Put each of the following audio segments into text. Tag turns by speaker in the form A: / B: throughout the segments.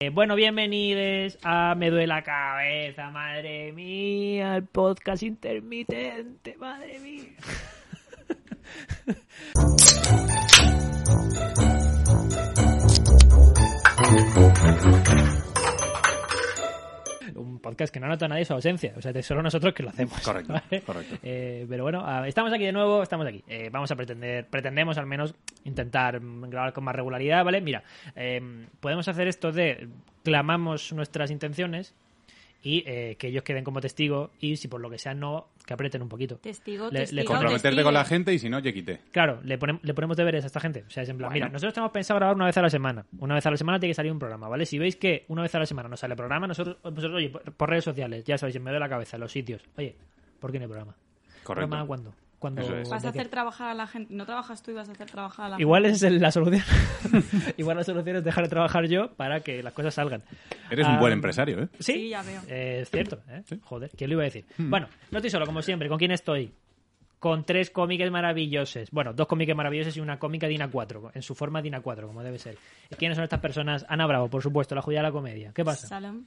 A: Eh, bueno, bienvenidos a Me duele la cabeza, madre mía, el podcast intermitente, madre mía. Un podcast que no nota nadie su ausencia, o sea, de solo nosotros que lo hacemos.
B: Correcto,
A: ¿vale?
B: correcto.
A: Eh, pero bueno, ah, estamos aquí de nuevo, estamos aquí. Eh, vamos a pretender, pretendemos al menos intentar mm, grabar con más regularidad, ¿vale? Mira, eh, podemos hacer esto de clamamos nuestras intenciones y eh, que ellos queden como testigo y si por lo que sea no, que aprieten un poquito.
C: Testigo,
A: Le- le
C: testigo,
B: Comprometerte
C: testigo.
B: con la gente y si no, ye quité.
A: Claro, le, ponem- le ponemos deberes a esta gente. O sea, es en plan,
B: Bueno.
A: mira, nosotros tenemos pensado grabar una vez a la semana. Una vez a la semana tiene que salir un programa, ¿vale? Si veis que una vez a la semana no sale programa, nosotros, vosotros, oye, por, por redes sociales, ya sabéis, en medio de la cabeza, en los sitios. Oye, ¿por qué no hay programa? ¿Programa
B: Correcto.
A: cuándo? ¿Cuándo?
B: Eso es.
C: Vas a
A: de qué?
C: hacer trabajar a la gente. No trabajas tú y vas a hacer trabajar a la
A: Igual es el- la solución. Igual la solución es dejar de trabajar yo para que las cosas salgan.
B: Eres un buen
A: Ah,
B: empresario, ¿eh?
A: Sí,
C: Sí, ya veo.
A: Eh, es cierto, ¿eh?
B: Sí. Hmm.
A: Joder, ¿quién lo iba a decir? Bueno, no estoy solo, como siempre. ¿Con quién estoy? Con tres cómiques maravillosos. Bueno, dos cómiques maravillosos y una cómica Dina 4, en su forma Dina 4, como debe ser. ¿Y ¿Quiénes son estas personas? Ana Bravo, por supuesto, la judía de la comedia. ¿Qué
C: gente.
A: pasa?
C: Salem.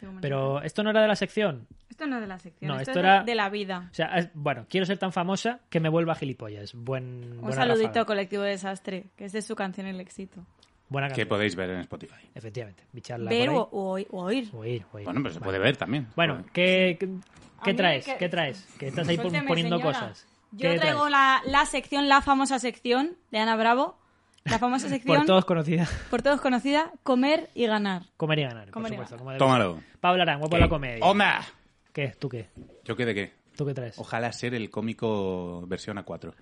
C: Te comento.
A: Pero esto no era de la sección.
C: Esto no es de la sección.
A: No,
C: esto,
A: esto
C: es
A: era-
C: de- de la vida.
A: O sea, es- bueno, quiero ser tan famosa que me vuelva gilipollas. Buen,
C: Un
A: buena
C: saludito
A: ráfaga.
C: a Colectivo Desastre, que es de su canción El Éxito.
A: Buena
B: Que
A: canción.
B: podéis ver en Spotify.
A: Efectivamente. Bicharla
C: Ver
A: por
C: o,
A: ahí.
C: o oí- o oír.
A: Oír, oír.
B: Bueno, pero se
A: Vale.
B: puede ver también.
A: Bueno, ¿qué, qué-
C: A
A: qué
C: mí
A: traes?
C: que-
A: ¿Qué traes? Que estás ahí pon-
C: Suélteme,
A: poniendo
C: señora.
A: cosas.
C: Yo
A: ¿Qué
C: traigo
A: traes?
C: la, la sección, la famosa sección de Ana Bravo. La famosa sección,
A: Por todos conocida.
C: por todos conocida, comer y ganar.
A: Comer y ganar,
C: Comer y
A: por supuesto. como debe
B: Tómalo. Eh,
A: ser. Pablo Arán, guapo la comedia.
B: ¡Oma!
A: ¿Qué? ¿Tú qué?
B: ¿Yo qué de qué?
A: ¿Tú qué traes?
B: Ojalá ser el cómico versión A4.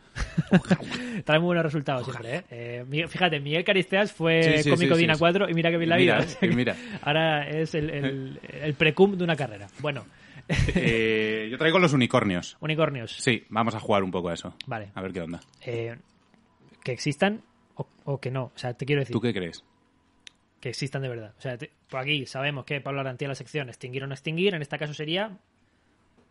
A: Trae muy buenos resultados siempre, ¿eh? Eh, Miguel- Fíjate, Miguel Caristeas fue
B: Sí, sí,
A: cómico
B: sí,
A: de Ina
B: sí, sí.
A: 4 y mira que bien la
B: Y mira,
A: vida. O sea
B: y
A: que
B: mira.
A: Ahora es el, el, el precum de una carrera. Bueno,
B: Eh, yo traigo los unicornios.
A: unicornios.
B: Sí, vamos a jugar un poco a eso.
A: Vale.
B: A ver qué onda.
A: Eh, que existan o, o que no. O sea, te quiero decir.
B: ¿Tú qué crees?
A: que existan de verdad. O sea, te- por aquí sabemos que Pablo Arantía la sección extinguir o no extinguir, en este caso sería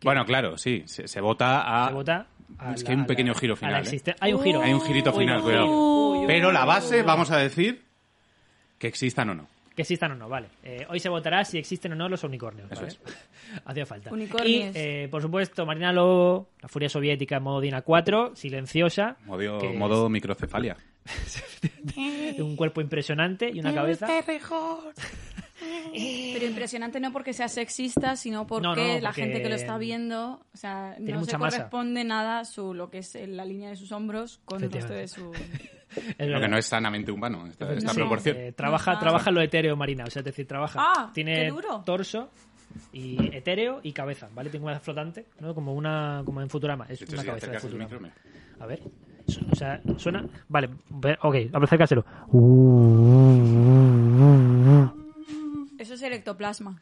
B: Bueno, claro, sí. Se, se vota a...
A: se vota a
B: Ah, es
A: la-
B: que hay un
A: a la-
B: pequeño giro
A: a la
B: final, ¿eh?
A: existen- Hay
C: Uh.
A: un giro.
B: Hay un girito final,
A: uy,
B: cuidado.
A: uy, uy,
B: Pero
A: uy,
B: la
A: uy,
B: base,
A: uy.
B: vamos a decir que existan o no.
A: Que existan o no, vale. Eh, hoy se votará si existen o no los unicornios.
B: Eso
A: ¿vale?
B: es.
A: Hacía falta.
C: Unicornios.
A: Y, eh, por supuesto, Marina Lobo, la furia soviética en modo Dina 4, silenciosa.
B: Modo,
A: que es
B: modo microcefalia.
A: Un cuerpo impresionante y una cabeza.
C: Pero impresionante no porque sea sexista, sino porque,
A: No, no,
C: la
A: porque-
C: gente que lo está viendo, o sea,
A: Tiene
C: no
A: mucha
C: se
A: masa.
C: corresponde nada su lo que es eh, la línea de sus hombros con el resto de su
A: Es
B: Lo
A: verdad.
B: que no es sanamente humano, esta, esta
C: Sí.
B: proporción.
A: Eh, trabaja,
C: Ajá.
A: trabaja lo etéreo, Marina. O sea, es decir, trabaja.
C: Ah,
A: tiene
C: qué duro.
A: torso y etéreo y cabeza, ¿vale? Tiene una flotante, ¿no? Como una. como en Futurama. Es
B: De hecho,
A: una
B: si
A: cabeza de
B: acercas el
A: Futurama.
B: micro,
A: A ver. su- O sea, suena. Vale, ve- ok, acércaselo.
C: Eso es el ectoplasma.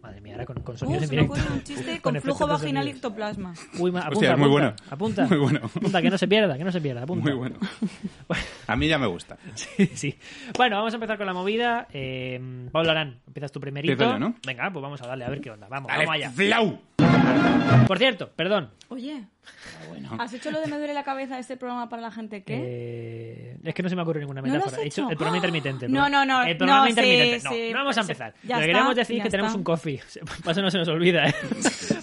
A: Madre mía, ahora con, con
C: Uh,
A: sonidos en
C: se me
A: directo.
C: ocurre un chiste
A: Con
C: con flujo
A: efectos de
C: vaginal y
A: sonidos.
C: ectoplasma.
A: Uy, ma- apunta,
B: Hostia, es
A: apunta,
B: muy bueno.
A: Apunta.
B: Muy bueno.
A: Apunta, que no se pierda, que no Pues se pierda. Apunta.
B: Muy bueno. A mí ya me gusta.
A: sí. Bueno, vamos a empezar con la movida. Eh, Pablo Arán, empiezas tu primerito.
B: Empiezo yo, ¿no?
A: Venga, pues vamos a darle a ver qué onda. Vamos,
B: Dale,
A: vamos allá.
B: flau. Ah,
A: Por cierto, perdón.
C: Oye, ¿has hecho lo de me duele la cabeza este programa para la gente qué?
A: Eh, es que no se me ocurre ninguna
C: ¿No lo
A: metáfora.
C: has
A: He
C: hecho?
A: el programa intermitente.
C: No,
A: perdón.
C: no, no,
A: El programa
C: no, sí,
A: intermitente. no,
C: sí,
A: no vamos a
C: sí.
A: empezar.
C: Ya
A: lo que
C: está,
A: queremos decir es
C: ya
A: que tenemos
C: está.
A: un coffee. Para eso no se nos olvida, ¿eh?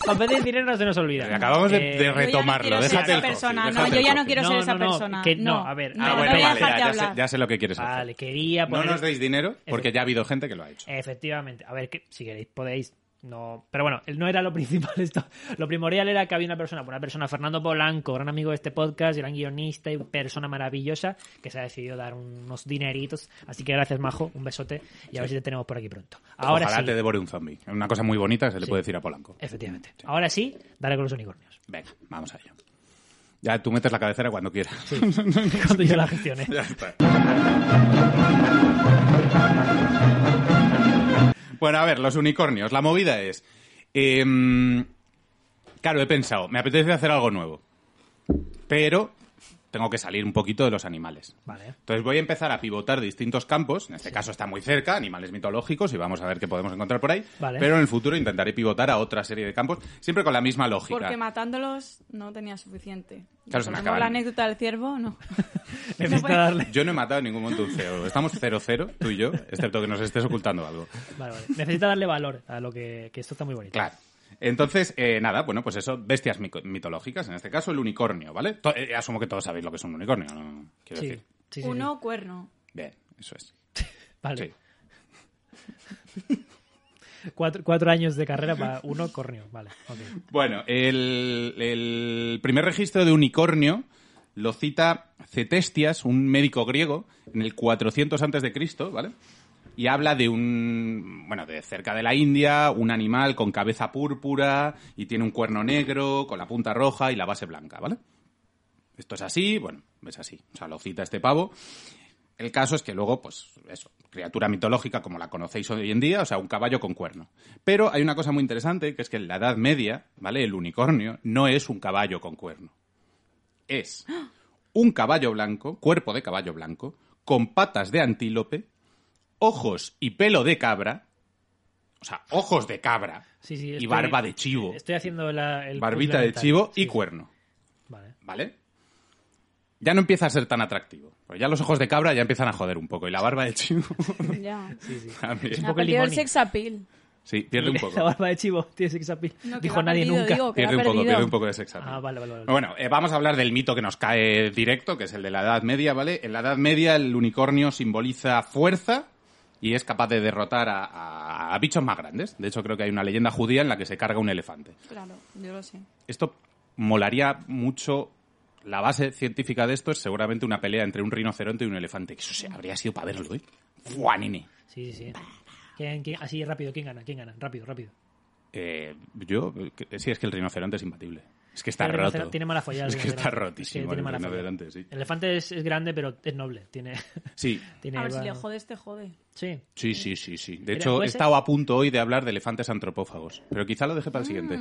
A: Para pedir dinero no se nos olvida.
B: Acabamos de,
A: Eh,
B: de
C: Yo ya no
B: retomarlo.
C: quiero ser
B: déjate
C: esa
B: el coffee,
C: persona, no,
B: déjate
C: yo
B: el
C: ya no
B: coffee.
C: quiero ser
A: No,
C: esa
A: no, no,
C: persona.
A: que- no, a ver,
B: Ah,
C: no,
B: bueno,
C: no voy a
B: vale, ya,
C: dejarte
B: ya sé,
C: hablar.
B: ya sé lo que quieres hacer.
A: Vale, quería
B: No
A: poner...
B: nos deis dinero porque ya ha habido gente que lo ha hecho.
A: Efectivamente. A ver, que, si queréis, podéis. No, pero bueno, no era lo principal esto. Lo primordial era que había una persona, una persona, Fernando Polanco, gran amigo de este podcast, gran guionista y persona maravillosa, que se ha decidido dar unos dineritos. Así que gracias, Majo, un besote y a ver si te tenemos por aquí pronto. Ahora
B: Ojalá
A: sí,
B: te devore un zombie. Es una cosa muy bonita que se le
A: Sí.
B: puede decir a Polanco.
A: efectivamente. Ahora sí, dale con los unicornios.
B: Venga, vamos a ello. Ya tú metes la cabecera cuando quieras.
A: cuando yo la gestioné.
B: Ya está. Bueno, a ver, los unicornios. La movida es. em, claro, he pensado, me apetece hacer algo nuevo. Pero tengo que salir un poquito de los animales.
A: Vale. ¿eh?
B: Entonces voy a empezar a pivotar distintos campos. En este caso está muy cerca, animales mitológicos, y vamos a ver qué podemos encontrar por ahí.
A: Vale.
B: Pero en el futuro intentaré pivotar a otra serie de campos, siempre con la misma lógica.
C: Porque matándolos no tenía suficiente.
B: Claro, se me
C: Como
B: acaban.
C: la anécdota del ciervo, no.
A: Necesito
C: puede-
A: darle.
B: Yo no he matado a ningún montunceo. Estamos 0-0, tú y yo, excepto que nos estés ocultando algo.
A: Vale, vale. Necesita darle valor a lo que, que esto está muy bonito.
B: Claro. Entonces, eh, nada, bueno, pues eso, bestias mico- mitológicas, en este caso el unicornio, ¿vale? To- eh, asumo que todos sabéis lo que es un unicornio, ¿no? Quiero
A: Sí,
B: decir.
A: sí, sí,
C: Uno cuerno.
B: Bien, eso es.
A: sí. Vale.
B: Sí.
A: Cuatro, cuatro años de carrera para uno corneo. Vale. ok.
B: Bueno, el, el primer registro de unicornio lo cita Cetestias, un médico griego, en el 400 antes de Cristo, ¿vale? Y habla de un, bueno, de cerca de la India, un animal con cabeza púrpura y tiene un cuerno negro, con la punta roja y la base blanca, ¿vale? Esto es así, bueno, es así. O sea, lo cita este pavo. El caso es que luego, pues, eso, criatura mitológica como la conocéis hoy en día, o sea, un caballo con cuerno. Pero hay una cosa muy interesante, que es que en la Edad Media, ¿vale? El unicornio no es un caballo con cuerno. Es un caballo blanco, cuerpo de caballo blanco, con patas de antílope, ojos y pelo de cabra, o sea, ojos de cabra
A: Sí, sí,
B: y
A: estoy-
B: barba de chivo,
A: Estoy haciendo la, el
B: barbita
A: puzzle
B: de
A: mental.
B: chivo
A: Sí,
B: y
A: sí.
B: cuerno.
A: Vale.
B: ¿vale? Ya no empieza a ser tan atractivo. Porque ya los ojos de cabra ya empiezan a joder un poco. Y la barba de chivo
C: Ya.
A: Sí, sí.
B: también.
A: Un
C: Ha
A: poco
C: perdido el
A: limoni.
C: sex appeal.
B: Sí, pierde un
A: La
B: poco.
A: barba de chivo tiene sex appeal.
C: No, que lo
A: Dijo
C: ha
A: nadie
C: perdido,
A: nunca.
C: digo, que lo ha
B: Pierde un poco,
C: perdido.
B: pierde un poco de sex appeal.
A: Ah, vale, vale, vale.
B: Bueno, eh, vamos a hablar del mito que nos cae directo, que es el de la Edad Media, ¿vale? En la Edad Media el unicornio simboliza fuerza y es capaz de derrotar a, a- a bichos más grandes. De hecho, creo que hay una leyenda judía en la que se carga un elefante.
C: Claro, yo lo sé.
B: Esto molaría mucho. La base científica de esto es seguramente una pelea entre un rinoceronte y un elefante. que Eso se habría sido para verlo, ¿eh? ¡Fua, nene!
A: Sí, sí, sí. ¿Quién- quién- así rápido, ¿quién gana? ¿Quién gana? Rápido, rápido.
B: Eh, yo, eh, sí, es que el rinoceronte es imbatible. Es que está
A: El
B: roto.
A: rinoceronte Tiene mala follada.
B: Es que está rotísimo
A: tiene
B: el
A: mala follada.
B: rinoceronte, sí.
A: El elefante es, es grande, pero es noble. Tiene,
B: Sí,
A: tiene
C: A ver, si
A: va-
C: le jodes, te jode.
A: Sí.
B: sí, sí, sí. sí. De
A: Mira,
B: hecho, he
A: puede ser-
B: estado a punto hoy de hablar de elefantes antropófagos. Pero quizá lo deje para el siguiente.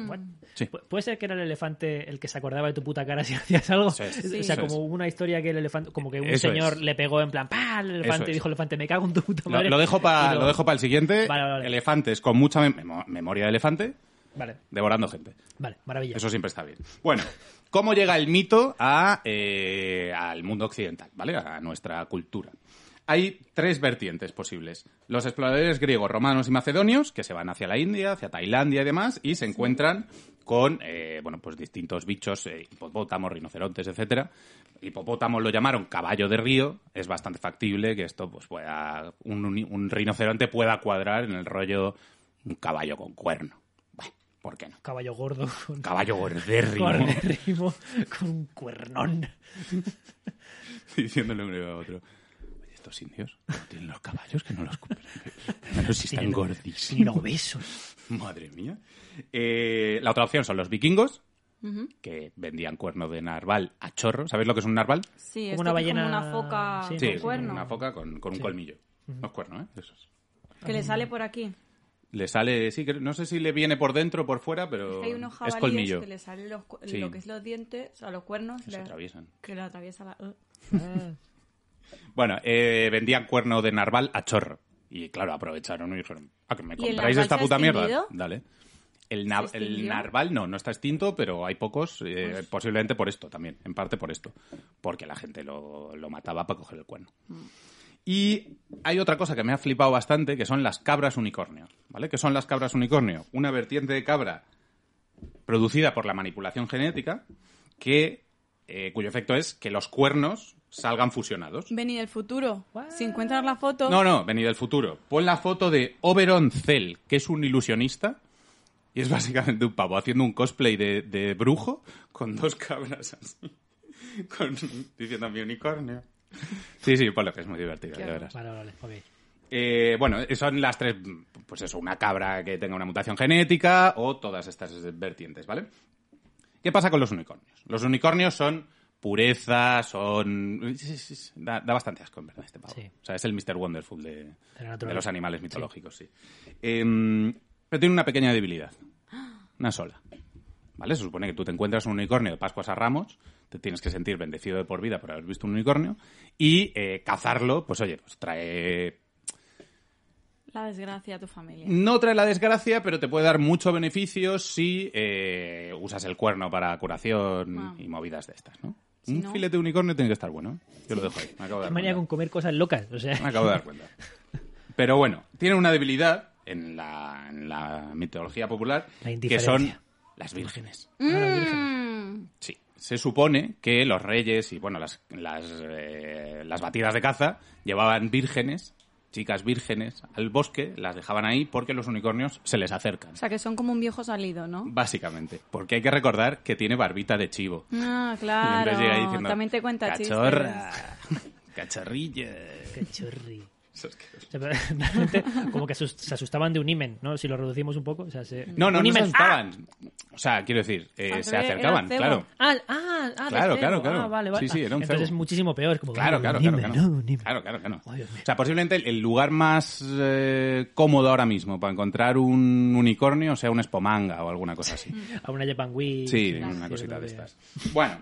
B: Sí.
A: Pu- ¿Puede ser que era el elefante el que se acordaba de tu puta cara si hacías algo?
B: Eso es,
A: o
B: eso
A: sea,
B: es.
A: como una historia que el elefante, como que un
B: Eso
A: señor
B: es.
A: le pegó en plan, ¡pah! al elefante y
B: Eso es.
A: dijo, elefante, me cago en tu puta
B: Lo,
A: madre.
B: lo dejo para
A: pues, Y lo-
B: el siguiente.
A: Vale, vale, vale.
B: Elefantes con mucha mem- memoria de elefante
A: Vale,
B: devorando gente.
A: vale, maravilla.
B: Eso siempre está bien. Bueno, ¿cómo llega el mito a, eh, al mundo occidental, ¿vale? A nuestra cultura. Hay tres vertientes posibles. Los exploradores griegos, romanos y macedonios, que se van hacia la India, hacia Tailandia y demás, y se encuentran con, eh, bueno, pues distintos bichos, eh, hipopótamos, rinocerontes, etcétera. Hipopótamos lo llamaron caballo de río. Es bastante factible que esto, pues, pueda, un, uni- un rinoceronte pueda cuadrar en el rollo un caballo con cuerno. Bueno, ¿por qué no?
A: Caballo gordo con,
B: caballo gordérrimo
A: con rimo, con un cuernón.
B: diciéndole uno a otro "Oye, estos indios ¿cómo tienen los caballos que no los compran pero si
A: Tienen-
B: están
A: Tienen
B: gordísimos
A: obesos.
B: madre mía Eh, la otra opción son los vikingos que vendían cuernos de narval a chorro ¿sabéis lo que es un narval?
C: Sí,
A: Como
C: esto
A: una
C: que es
A: ballena-
C: como una foca
A: Sí.
C: con
A: Sí,
B: es
C: cuerno.
B: una foca con, con un colmillo no es cuerno ¿eh? Eso es.
C: Que le sale por aquí.
B: le sale sí creo- no sé si le viene por dentro o por fuera pero
C: Hay unos
B: es
C: jabalíes
B: colmillo
C: que le salen los cu-
B: Sí.
C: lo que es los dientes, o sea, los cuernos.
B: Que se
C: le-
B: atraviesan.
C: Que lo atraviesa la... eh.
B: bueno eh, vendían cuerno de narval a chorro y claro aprovecharon y dijeron ah que me
C: ¿Y el
B: compráis
C: narval
B: esta
C: se ha
B: puta mierda
C: extinguido?
B: dale El, na-
C: ¿Se
B: el
C: extinguió? Pues
B: narval no, no está extinto, pero hay pocos, eh, posiblemente por esto también, en parte por esto, porque la gente lo, lo mataba para coger el cuerno.
C: Mm.
B: Y hay otra cosa que me ha flipado bastante, que son las cabras unicornio, ¿vale? ¿Qué son las cabras unicornio? Una vertiente de cabra producida por la manipulación genética, que, eh, cuyo efecto es que los cuernos salgan fusionados.
C: Vení del futuro. Si encuentras la foto...
B: No, no, vení del futuro. Pon la foto de Oberon Zell, que es un ilusionista. Y es básicamente un pavo haciendo un cosplay de, de brujo con dos cabras así. Con, diciendo mi unicornio. Sí, sí, por lo que es muy divertido, ya verás.
A: Vale, vale, vale, ok.
B: Eh, bueno, son las tres, pues eso, una cabra que tenga una mutación genética o todas estas vertientes, ¿vale? ¿Qué pasa con los unicornios? Los unicornios son pureza, son... Da, da bastante asco, en verdad, este pavo.
A: Sí.
B: O sea, es el Mr. Wonderful de,
A: la naturaleza.
B: de los animales mitológicos, sí. Em, pero tiene una pequeña debilidad. Una sola. ¿Vale? Se supone que tú te encuentras un unicornio de Pascuas a Ramos, te tienes que sentir bendecido de por vida por haber visto un unicornio, y eh, cazarlo, pues oye, pues trae
C: La desgracia a tu familia.
B: no trae la desgracia, pero te puede dar mucho beneficio si eh, usas el cuerno para curación
C: Wow.
B: y movidas de estas, ¿no?
C: Si
B: Un
C: no-
B: filete de unicornio tiene que estar bueno. ¿eh? Yo lo dejo ahí. Me acabo de
A: Qué
B: dar
A: manía
B: cuenta.
A: con comer cosas locas. O sea,
B: Me acabo de dar cuenta. Pero bueno, tiene una debilidad en la, en la mitología popular
A: La
B: que
A: indiferencia.
B: son las vírgenes.
A: Mmm.
C: Mm.
B: Sí. Se supone que los reyes y bueno las las, eh, las batidas de caza llevaban vírgenes, chicas vírgenes, al bosque, las dejaban ahí porque los unicornios se les acercan.
C: O sea, que son como un viejo salido, ¿no?
B: Básicamente, porque hay que recordar que tiene barbita de chivo.
C: Ah,
B: Y
C: claro.
B: entonces llega ahí diciendo,
C: También te cuenta chistes.
B: Cachorra, cacharrilla.
A: qué chorri.
B: Eso es que-
A: O sea, realmente, como que asus- se asustaban de un imen, ¿no? Si lo reducimos un poco. O sea, se...
B: No, no,
A: un
B: no se
A: imen.
B: asustaban. O sea, quiero decir, eh,
C: Al
B: se
C: revés,
B: acercaban,
C: era cebo.
B: claro.
A: Ah, ah, ah, de
B: Claro,
A: cebo.
B: claro, claro.
A: Ah, vale, vale.
B: Sí, sí, era un
A: Entonces es
B: cebo.
A: muchísimo peor. Como,
B: Claro,
A: ah,
B: claro,
A: un
B: claro,
A: imen,
B: que no.
A: ¿no? Un imen.
B: claro, claro que no.
A: Ay, Dios mío.
B: O sea, posiblemente el- el lugar más eh, cómodo ahora mismo para encontrar un unicornio sea una espomanga o alguna cosa
C: Mm.
B: así.
A: A una Japan Wii.
B: Sí,
A: claro.
B: una cosita
A: creo
B: de
A: que-
B: estas. Bueno,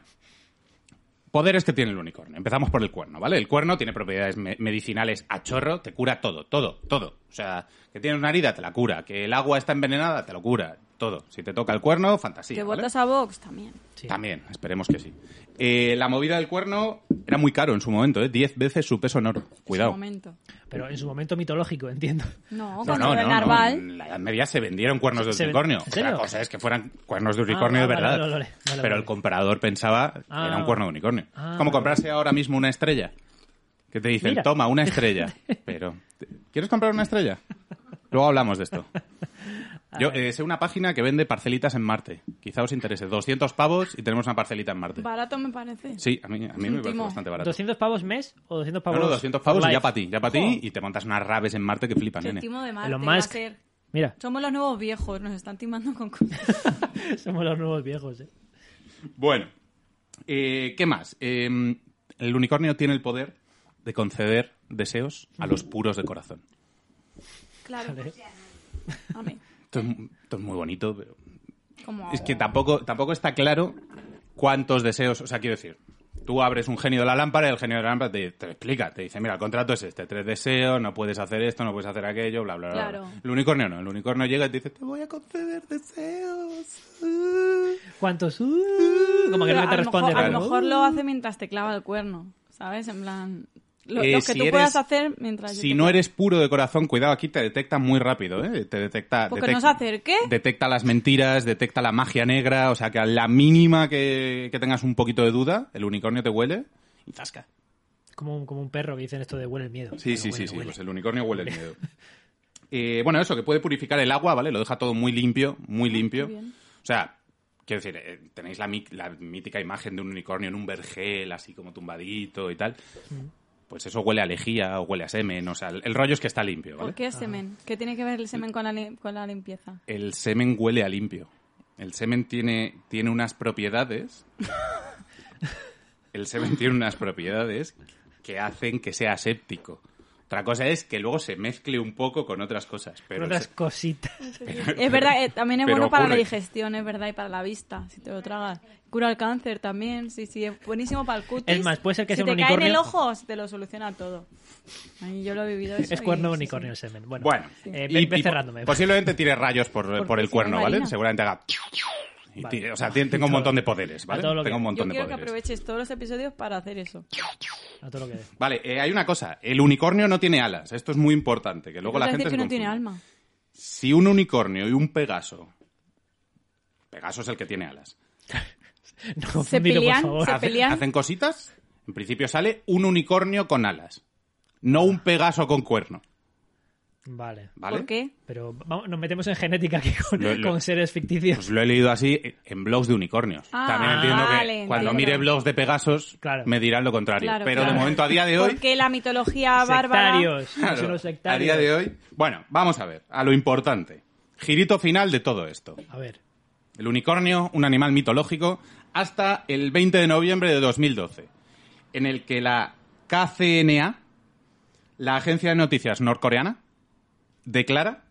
B: poderes que tiene el unicornio. Empezamos por el cuerno, ¿vale? El cuerno tiene propiedades me- medicinales a chorro, te cura todo, todo, todo. O sea, que tienes una herida, te la cura. Que el agua está envenenada, te lo cura. Todo. Si te toca el cuerno, fantasía.
C: Que
B: ¿vale?
C: votas a Vox también.
A: Sí.
B: También, esperemos que sí. Eh, la movida del cuerno era muy caro en su momento, ¿eh? Diez veces su peso en oro.
C: En su
B: Cuidado.
C: momento.
A: Pero en su momento mitológico, entiendo.
C: No, cuando el narval.
B: En la Edad Media se vendieron cuernos de
A: Se- se ven-
B: unicornio.
A: ¿En
B: Otra
A: serio?
B: cosa es que fueran cuernos de unicornio
A: Ah,
B: de
A: vale,
B: verdad.
A: vale, vale, vale,
B: Pero el
A: vale.
B: comprador pensaba que
A: Ah.
B: era un cuerno de unicornio.
A: Ah,
B: Como
A: vale.
B: comprarse ahora mismo una estrella. Que te dicen,
A: Mira.
B: toma, una estrella. Pero, ¿te- ¿quieres comprar una estrella? Luego hablamos de esto. Yo eh, sé una página que vende parcelitas en Marte. Quizá os interese. 200 pavos y tenemos una parcelita en Marte.
C: Barato me parece.
B: Sí, a mí, a mí me
C: un
B: parece
C: timo.
B: bastante barato.
A: ¿200 pavos mes o 200
B: No,
A: pavos?
B: no, 200 pavos
A: por
B: y ya
A: life?
B: para ti, ya para ti. Y te montas unas rabes en Marte que flipan,
C: Que el
B: nene.
C: timo de Marte
A: Elon
C: va a
A: Musk.
C: ser.
A: Mira,
C: Somos los nuevos viejos, nos están timando con cosas.
A: somos los nuevos viejos, ¿eh?
B: Bueno, eh, ¿qué más? Eh, el unicornio tiene el poder de conceder deseos a los puros de corazón.
C: Claro. A mí.
B: Esto es, mu- esto es muy bonito, pero
C: Como
B: es que tampoco, tampoco está claro cuántos deseos, o sea, quiero decir, tú abres un genio de la lámpara y el genio de la lámpara te, te explica, te dice, mira, el contrato es este, tres deseos, no puedes hacer esto, no puedes hacer aquello, bla, bla, bla. bla.
C: Claro.
B: El unicornio no, el unicornio llega y te dice, te voy a conceder deseos. Uh".
A: ¿Cuántos? Uh, como que
C: Pero
A: no te
C: a lo
A: responde. Uh.
C: mejor- A lo
B: claro.
C: mejor lo hace mientras te clava el cuerno, ¿sabes? En plan, lo,
B: Eh,
C: lo que
B: si
C: tú
B: eres-
C: puedas hacer mientras yo
B: Si
C: te
B: no
C: clavo.
B: eres puro de corazón, cuidado, aquí te detecta muy rápido, ¿eh? Te detecta...
C: Porque
B: detec-
C: no se acerque.
B: Detecta las mentiras, detecta la magia negra, o sea que a la mínima que, que tengas un poquito de duda, el unicornio te huele y zasca.
A: Como, un, como un perro que dicen esto de huele el miedo.
B: Sí,
A: Bueno,
B: sí, sí,
A: huele,
B: sí,
A: huele.
B: pues el unicornio huele el miedo. Eh, bueno, eso, que puede purificar el agua, ¿vale? Lo deja todo muy limpio, muy limpio.
C: Ah, bien.
B: O sea, quiero decir, eh, tenéis la, mi- la mítica imagen de un unicornio en un vergel, así como tumbadito y tal.
C: Mm.
B: Pues eso huele a lejía o huele a semen, o sea, el, el rollo es que está limpio, ¿vale?
C: ¿Por qué semen? ¿Qué tiene que ver el semen con la, li- con la limpieza?
B: El semen huele a limpio. El semen tiene, tiene unas propiedades. El semen tiene unas propiedades que hacen que sea séptico. Otra cosa es que luego se mezcle un poco con otras cosas. Pero el
A: otras
B: se-
A: cositas.
C: Es verdad, eh, también es
B: pero
C: bueno para la
B: ocurre.
C: digestión, es verdad, y para la vista, si te lo tragas. Cura el cáncer también, sí, sí, es buenísimo para el cutis.
A: Es más, puede ser que
C: si
A: sea un
C: te cae en el
A: unicornio.
C: ojo, se te lo soluciona todo. Ay, yo lo he vivido eso.
A: Es
C: y-
A: cuerno
C: sí, sí.
A: unicornio el semen. Bueno,
B: bueno,
A: eh,
B: y-
A: ve- ve
B: y po-
A: cerrándome.
B: posiblemente tire rayos por, por el
C: si
B: cuerno,
C: no,
B: ¿vale?
C: Marina.
B: Seguramente haga. y
A: Vale.
B: tire- o sea, tien- tengo un montón de poderes, ¿vale?
A: todo lo que-
B: Tengo un
C: Yo
B: montón de
C: quiero que
B: poderes.
C: aproveches todos los episodios para hacer eso.
A: A todo lo que dé.
B: Vale, eh, hay una cosa. El unicornio no tiene alas. Esto es muy importante, que luego
C: Quiero
B: la gente
C: decir
B: se
C: que no tiene
B: confunde.
C: alma.
B: Si un unicornio y un pegaso. Pegaso es el que tiene alas.
A: No confundirlo, por
C: pelean,
A: favor.
C: se
B: Hacen-
C: pelean.
B: Hacen cositas. En principio sale un unicornio con alas. No un pegaso con cuerno.
A: Vale.
B: ¿Vale?
C: ¿Por qué?
A: Pero vamos, nos metemos en genética aquí con,
B: Lo- lo-
A: con seres ficticios.
B: Pues lo he leído así en blogs de unicornios.
C: Ah,
B: También entiendo que
C: vale,
B: cuando
C: vale,
B: mire
C: vale.
B: blogs de pegasos
A: Claro.
B: me dirán lo contrario.
C: Claro,
B: Pero
C: claro.
B: de momento, a día de hoy...
C: Porque la mitología Ah, bárbara.
A: Sectarios.
B: Claro,
A: son los
B: a
A: sectarios.
B: día de hoy... Bueno, vamos a ver. A lo importante. Girito final de todo esto.
A: A ver.
B: El unicornio, un animal mitológico, hasta el 20 de noviembre de 2012, en el que la KCNA, la agencia de noticias norcoreana, declara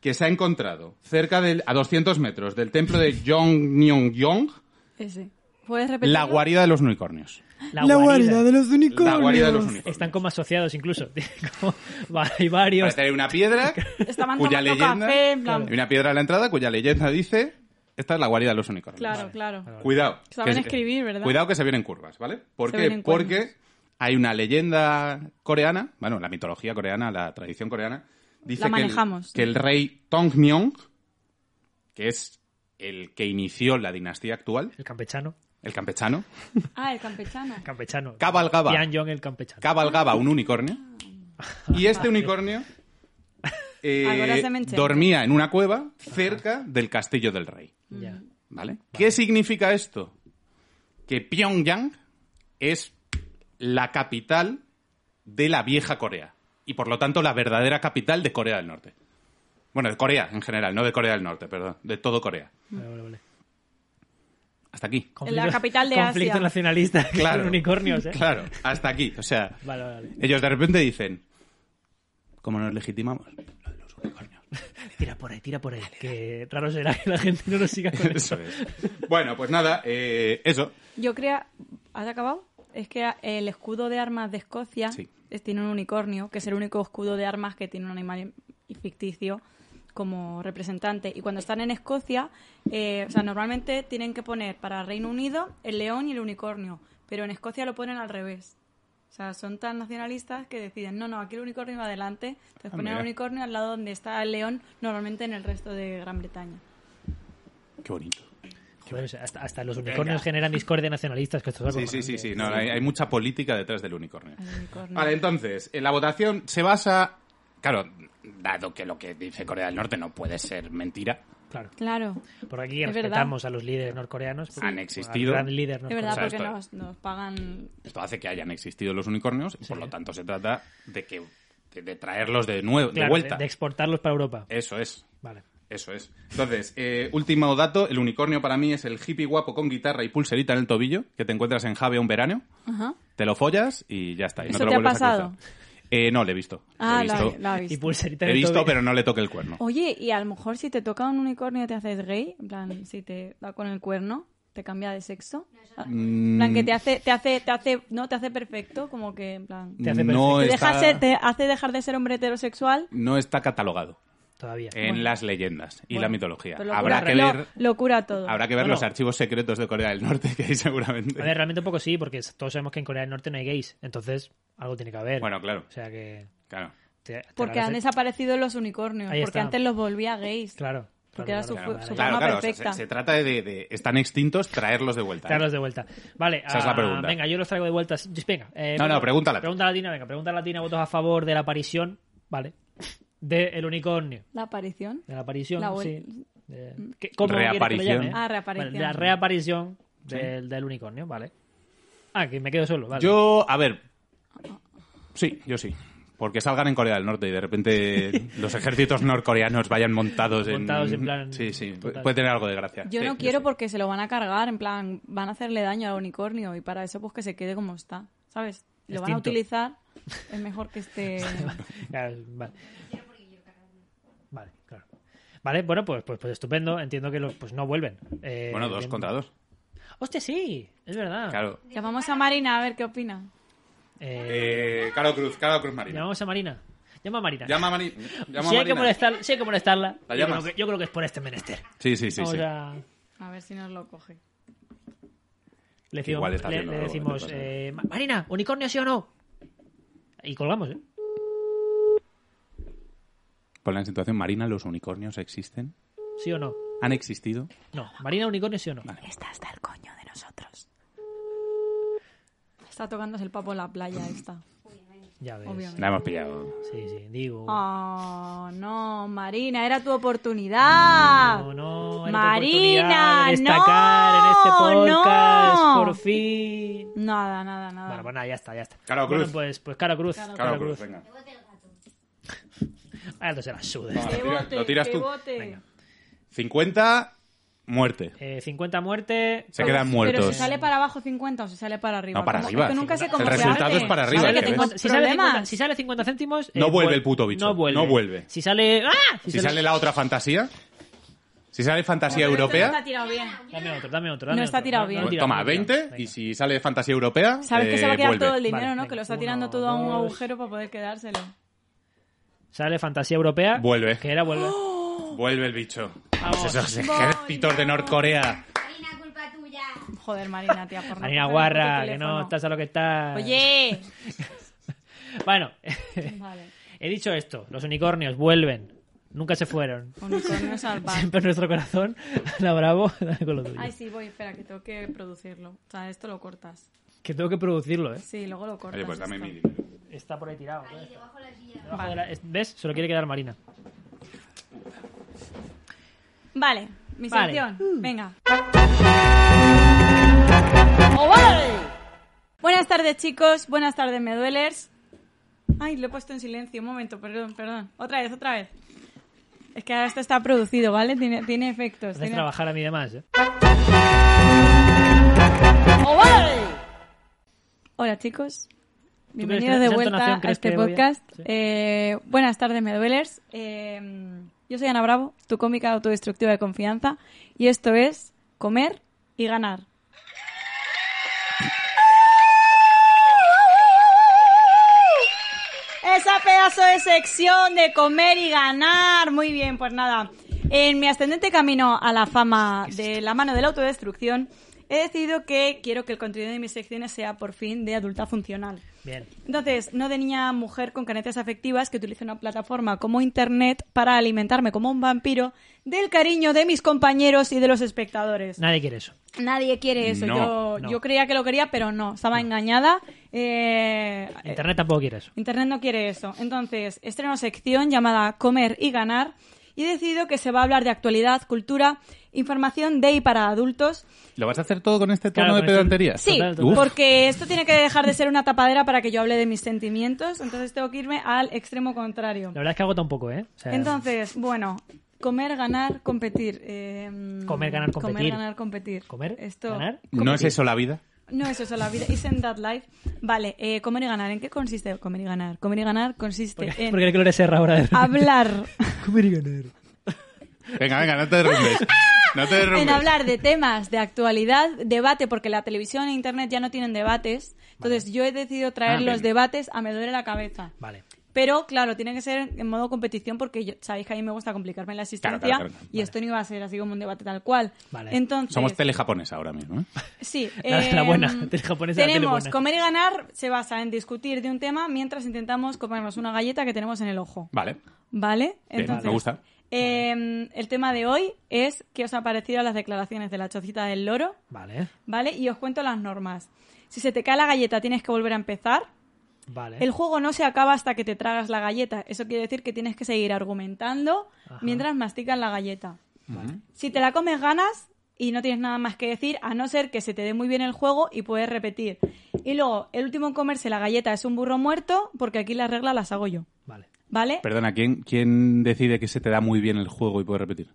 B: que se ha encontrado cerca de a 200 metros del templo de Yongnyeongyong
C: Ese. ¿Puedes repetir?
B: la guarida de los unicornios.
A: La, guarida.
D: de los unicornios.
B: La guarida de los unicornios.
A: Están como asociados incluso. Como- hay varios.
B: Parece que hay una piedra
C: Estaban
B: cuya
C: tomando
B: leyenda
C: café, en plan-
B: hay una piedra a la entrada cuya leyenda dice esta es la guarida de los unicornios.
C: Claro, claro.
B: Cuidado.
C: Saben escribir, ¿verdad?
B: Cuidado que se vienen curvas, ¿vale? ¿Por
C: Se
B: qué?
C: vienen curvas.
B: Porque hay una leyenda coreana, bueno, la mitología coreana, la tradición coreana, dice
C: La
B: que, el,
C: manejamos.
B: que el rey Tongmyong, que es el que inició la dinastía actual,
A: El campechano.
B: el campechano,
C: Ah, el campechano.
A: Campechano.
B: Cabalgaba.
A: Pian Jong el campechano.
B: cabalgaba un unicornio y este unicornio eh,
C: Ahora se me enchenta.
B: dormía en una cueva cerca del castillo del rey.
A: Ya.
B: ¿Vale? ¿Qué significa esto? Que Pyongyang es la capital de la vieja Corea y por lo tanto la verdadera capital de Corea del Norte. Bueno, de Corea en general, no de Corea del Norte, perdón, de todo Corea.
A: Vale, vale, vale.
B: Hasta aquí.
C: la capital de
A: conflicto
C: Asia.
A: nacionalista. que
B: Claro.
A: son unicornios, ¿eh?
B: Claro, hasta aquí. O sea,
A: Vale, vale, vale.
B: ellos de repente dicen, ¿cómo nos legitimamos? Lo de los unicornios.
A: Tira por ahí, tira por ahí. Que raro será que la gente no nos siga con
B: Eso
A: eso.
B: es. Bueno, pues nada, eh, eso.
C: Yo creo... ¿Has acabado? Es que el escudo de armas de Escocia
B: Sí.
C: es- tiene un unicornio, que es el único escudo de armas que tiene un animal i- ficticio como representante. Y cuando están en Escocia, eh, o sea, normalmente tienen que poner para Reino Unido el león y el unicornio, pero en Escocia lo ponen al revés. O sea, son tan nacionalistas que deciden, no, no, aquí el unicornio va adelante, entonces
B: Ah,
C: ponen el
B: mira.
C: unicornio al lado donde está el león, normalmente en el resto de Gran Bretaña.
B: Qué bonito.
A: Joder, o sea, hasta, hasta los unicornios generan discordia nacionalistas. Que esto es
B: Sí,
A: algo ¿eh?
B: sí, sí,
A: cojonante.
B: sí. No, hay, hay mucha política detrás del unicornio.
C: El unicornio.
B: Vale, entonces, eh, la votación se basa... Claro, dado que lo que dice Corea del Norte no puede ser mentira,
A: Claro.
C: Claro,
A: Por aquí
C: Es verdad.
A: respetamos a los líderes norcoreanos. porque-
B: Han
A: al
B: existido.
A: gran líder
C: es
B: o
C: verdad, pues,
B: sea,
A: norcoreano.
C: porque
B: esto-
C: nos, nos pagan
B: esto hace que hayan existido los unicornios y por lo tanto se trata de que de, de traerlos de nuevo, de
A: Claro,
B: vuelta. Eh,
A: de exportarlos para Europa.
B: Eso es.
A: Vale.
B: Eso es. Entonces, eh, último dato, el unicornio para mí es el hippie guapo con guitarra y pulserita en el tobillo que te encuentras en Jave un verano.
C: Ajá.
B: Te lo follas y ya está. Y no
C: ¿Eso
B: te, lo
C: te ha
B: vuelves a
C: pasado?
B: cruzar. Eh, no, le he visto. Le
C: Ah,
B: he
C: la,
B: visto,
C: la
A: Y
C: viste.
A: pulserita
B: he
A: en el
B: visto
A: tobillo.
B: pero no le toque el cuerno.
C: Oye, y a lo mejor si te toca un unicornio te haces gay, en plan, si te da con el cuerno, te cambia de sexo. Ah,
A: Mm.
C: En plan, que te hace, te hace, te hace, no, te hace perfecto, como que, en plan...
A: te hace
B: no,
C: Te,
B: está,
C: deja ser- te hace dejar de ser hombre heterosexual.
B: no está catalogado
A: Todavía.
B: en las leyendas y la mitología.
C: Pero lo
B: Habrá
C: cura-
B: que,
C: lo-
B: ver,
C: Lo cura todo.
B: habrá que ver
A: Bueno.
B: los archivos secretos de Corea del Norte que hay seguramente.
A: A ver, realmente un poco sí, porque todos sabemos que en Corea del Norte no hay gays. Entonces, algo tiene que haber.
B: Bueno, claro,
A: O sea que.
B: claro.
A: te- te agradece-
C: Porque han desaparecido los unicornios.
A: Ahí
C: porque
A: está.
C: antes los volvía gays.
A: Claro. claro,
C: Porque era su-
A: claro,
C: su
A: claro.
B: Claro,
C: forma
B: claro, o sea,
C: perfecta.
B: se, se trata de, de- Están extintos, traerlos de vuelta. ¿eh?
A: Traerlos de vuelta. Vale,
B: Esa es la
A: ah,
B: pregunta.
A: venga, yo los traigo de vuelta. Dis- Venga. eh,
B: No, no, pregunta latina.
A: Pregunta latina, venga. Pregunta latina, votos a favor de la aparición. Vale. De el unicornio.
C: La aparición.
A: De la aparición,
C: La vuel-
A: sí. De- ¿qué- ¿Cómo quieres que lo
B: Reaparición.
A: llame?
C: Ah, reaparición.
A: Vale, de la reaparición del, del unicornio, vale. Ah, que me quedo solo, vale.
B: Yo, a ver. Sí, yo sí. Porque salgan en Corea del Norte y de repente los ejércitos norcoreanos vayan montados,
A: Montados en plan-
B: Sí, sí.
A: total.
B: Puede tener algo de gracia.
C: Yo
B: Sí,
C: no quiero
B: sí.
C: porque se lo van a cargar, en plan, van a hacerle daño al unicornio y para eso pues que se quede como está, ¿sabes? Lo van a
A: Extinto.
C: utilizar, es mejor que esté...
A: Claro, vale. Vale, claro. Vale, bueno, pues, pues, pues estupendo. Entiendo que los, pues no vuelven. Eh, ah.
B: Bueno, dos
A: entiendo.
B: contra dos.
A: Hostia, sí, es verdad.
B: Claro.
C: Llamamos a Marina a ver qué opina.
A: Eh,
B: Eh, Caro Cruz, Caro Cruz Marina.
A: Llamamos a Marina. Llama a Marina.
B: Llama a Mari- llama a
A: si, hay que
B: Marina.
A: molestar, si hay que molestarla,
B: La
A: yo creo
B: llamas.
A: que, yo creo que es por este menester.
B: Sí, sí, sí.
A: Vamos
B: sí.
A: a-
C: A ver si nos lo coge.
A: Le decimos,
B: Igual está
A: le-
B: haciendo
A: le
B: algo,
A: decimos,
B: no te pasa.
A: eh, "Ma- Marina, ¿unicornio sí o no? Y colgamos, ¿eh?
B: Ponla en situación, Marina, los unicornios existen.
A: ¿Sí o no?
B: ¿Han existido?
A: No. Marina, ¿unicornio sí o no?
C: Está hasta el coño de nosotros. Está tocándose el papo en la playa esta.
A: Ya ves.
C: Obviamente.
B: La hemos pillado.
A: Sí, sí, digo.
C: Oh, no, Marina, era tu oportunidad.
A: No, no, era tu oportunidad
C: Marina,
A: de destacar
C: no,
A: en este podcast,
C: no.
A: por fin.
C: Nada, nada, nada.
A: Bueno, bueno, ya está, ya está.
B: Caro Cruz.
A: Bueno, pues, pues Caro Cruz. Caro,
B: Caro
A: Cruz.
B: Cruz, venga.
A: Ah, entonces la suda.
B: Lo tiras- lo tiras tú.
C: Rebote.
B: ¿50? Muerte.
A: Eh, 50 muertes.
B: Se quedan
C: Pero
B: muertos.
C: se sale para abajo 50 o se sale para arriba.
B: No, para
C: Como-
B: arriba.
C: que nunca sé cómo
B: el
C: se
B: resultado
C: hace.
B: es para arriba.
A: Sale
C: Sale
B: que
C: que
B: ves.
A: 50 si, sale 50,
C: Problemas.
A: si sale 50 céntimos. eh,
B: No vuelve
A: vuel-
B: el puto bicho.
A: No vuelve.
B: No vuelve.
A: Si sale. ¡Ah!
B: Si sale la otra fantasía, si sale fantasía
C: Pero esto No
B: europea,
C: está tirado bien.
A: Dame otro, dame otro.
C: No
A: dame
C: está
A: otro.
C: tirado
A: No,
C: bien.
A: no tira,
B: toma
A: no tira.
B: 20
A: Venga.
B: y si sale fantasía europea,
C: Sabes que se va a
B: eh,
C: quedar
B: vuelve.
C: todo el dinero,
A: Vale,
C: ¿no?
A: venga,
C: Que lo está
A: uno,
C: tirando todo a un
A: dos.
C: agujero para poder quedárselo.
A: Sale fantasía europea.
B: Vuelve.
A: Que era vuelve.
B: Vuelve el bicho.
A: Vamos.
B: Pues esos ejércitos de Norcorea.
D: Marina, culpa tuya.
C: Joder, Marina, tía, por no
A: Marina
C: coger el
A: Guarra,
C: puto
A: que no
C: teléfono.
A: estás a lo que estás.
C: Oye.
A: Bueno,
C: Vale.
A: he dicho esto. Los unicornios vuelven. Nunca se fueron.
C: Unicornio salvaje.
A: Siempre en nuestro corazón. La bravo. Dale con lo tuyo.
C: Ay, sí, voy, espera, que tengo que producirlo. O sea, esto lo cortas.
A: Que tengo que producirlo, ¿eh?
C: Sí, luego lo cortas.
B: Oye, pues dame
C: esto.
B: mi dinero.
A: Está por ahí tirado. Pues ¿eh? Debajo de
C: Vale.
A: la- es- ¿Ves? Se lo quiere quedar Marina.
C: Vale, mi
A: Vale. Mm.
C: sección. Venga. ¡Ovale! Buenas tardes, chicos. Buenas tardes, me duelers. Ay, lo he puesto en silencio. Un momento, perdón, perdón. Otra vez, otra vez. Es que ahora esto está producido, ¿vale? Tiene, tiene efectos.
A: Haces
C: tiene-
A: trabajar a mí demás, ¿eh?
C: Hola, chicos.
A: crees
C: Bienvenidos
A: que
C: de
A: esa
C: vuelta
A: entonación
C: a
A: crees
C: este
A: que voy a-
C: podcast.
A: Sí.
C: Eh, buenas tardes, me duelers. Eh, yo soy Ana Bravo, tu cómica autodestructiva de confianza. Y esto es Comer y Ganar. Esa pedazo de sección de comer y ganar. Muy bien, pues nada. En mi ascendente camino a la fama de la mano de la autodestrucción, he decidido que quiero que el contenido de mis secciones sea por fin de adulta funcional.
A: Bien.
C: Entonces, no de niña mujer con carencias afectivas que utilice una plataforma como Internet para alimentarme como un vampiro del cariño de mis compañeros y de los espectadores.
A: Nadie quiere eso.
C: Nadie quiere eso.
B: No,
C: yo,
A: no.
C: yo creía que lo quería, pero no. Estaba engañada. Eh,
A: Internet tampoco quiere eso.
C: Internet no quiere eso. Entonces, estreno sección llamada Comer y Ganar y he decidido que se va a hablar de actualidad, cultura, información de y para adultos.
B: ¿Lo vas a hacer todo con este tono
A: Claro,
B: de
A: con este-
B: pedantería?
C: Sí,
A: Total, total.
B: Uf,
C: porque esto tiene que dejar de ser una tapadera para que yo hable de mis sentimientos, entonces tengo que irme al extremo contrario.
A: La verdad es que agota un poco, ¿eh? O sea,
C: Entonces, bueno, comer, ganar, competir. eh,
A: Comer, ganar, competir.
C: Comer, ganar, competir.
A: Comer,
C: Esto-
A: ganar,
B: ¿No es eso la vida?
C: No es eso, la vida. Isn't that life? Vale, eh, comer y ganar. ¿En qué consiste comer y ganar? Comer y ganar consiste
A: Porque,
C: en Ah,
A: porque creo que lo eres erra ahora.
C: hablar
A: Comer y ganar.
B: Venga, venga, no te derrumbes. No te derrumbes.
C: en hablar de temas de actualidad, debate, porque la televisión e internet ya no tienen debates. Entonces yo he decidido traer
B: Ah, bien.
C: los debates a Me duele la cabeza.
A: Vale.
C: Pero claro, tiene que ser en modo competición porque yo- sabéis que a mí me gusta complicarme la existencia
B: claro, claro.
C: y esto no iba a ser así como un debate tal cual.
A: Vale.
C: Entonces,
B: Somos telejaponesa ahora mismo, ¿eh?
C: Sí,
A: La- la
C: em,
A: buena, tele japonesa, la tele
C: Tenemos
A: buena.
C: comer y ganar se basa en discutir de un tema mientras intentamos comernos una galleta que tenemos en el ojo.
B: Vale.
C: ¿Vale?
B: Bien, me gusta.
C: em, el tema de hoy es qué os ha parecido las declaraciones de la chocita del loro,
A: Vale.
C: ¿vale? Y os cuento las normas. Si se te cae la galleta tienes que volver a empezar.
B: ¿Eh?
A: Vale.
C: El juego no se acaba hasta que te tragas la galleta. Eso quiere decir que tienes que seguir argumentando
A: Ajá.
C: mientras masticas la galleta. Si te la comes ganas y no tienes nada más que decir, a no ser que se te dé muy bien el juego y puedes repetir. Y luego, el último en comerse la galleta es un burro muerto, porque aquí las reglas las hago yo.
A: Vale.
C: ¿Vale?
B: Perdona, ¿quién, ¿quién decide que se te da muy bien el juego y puedes repetir?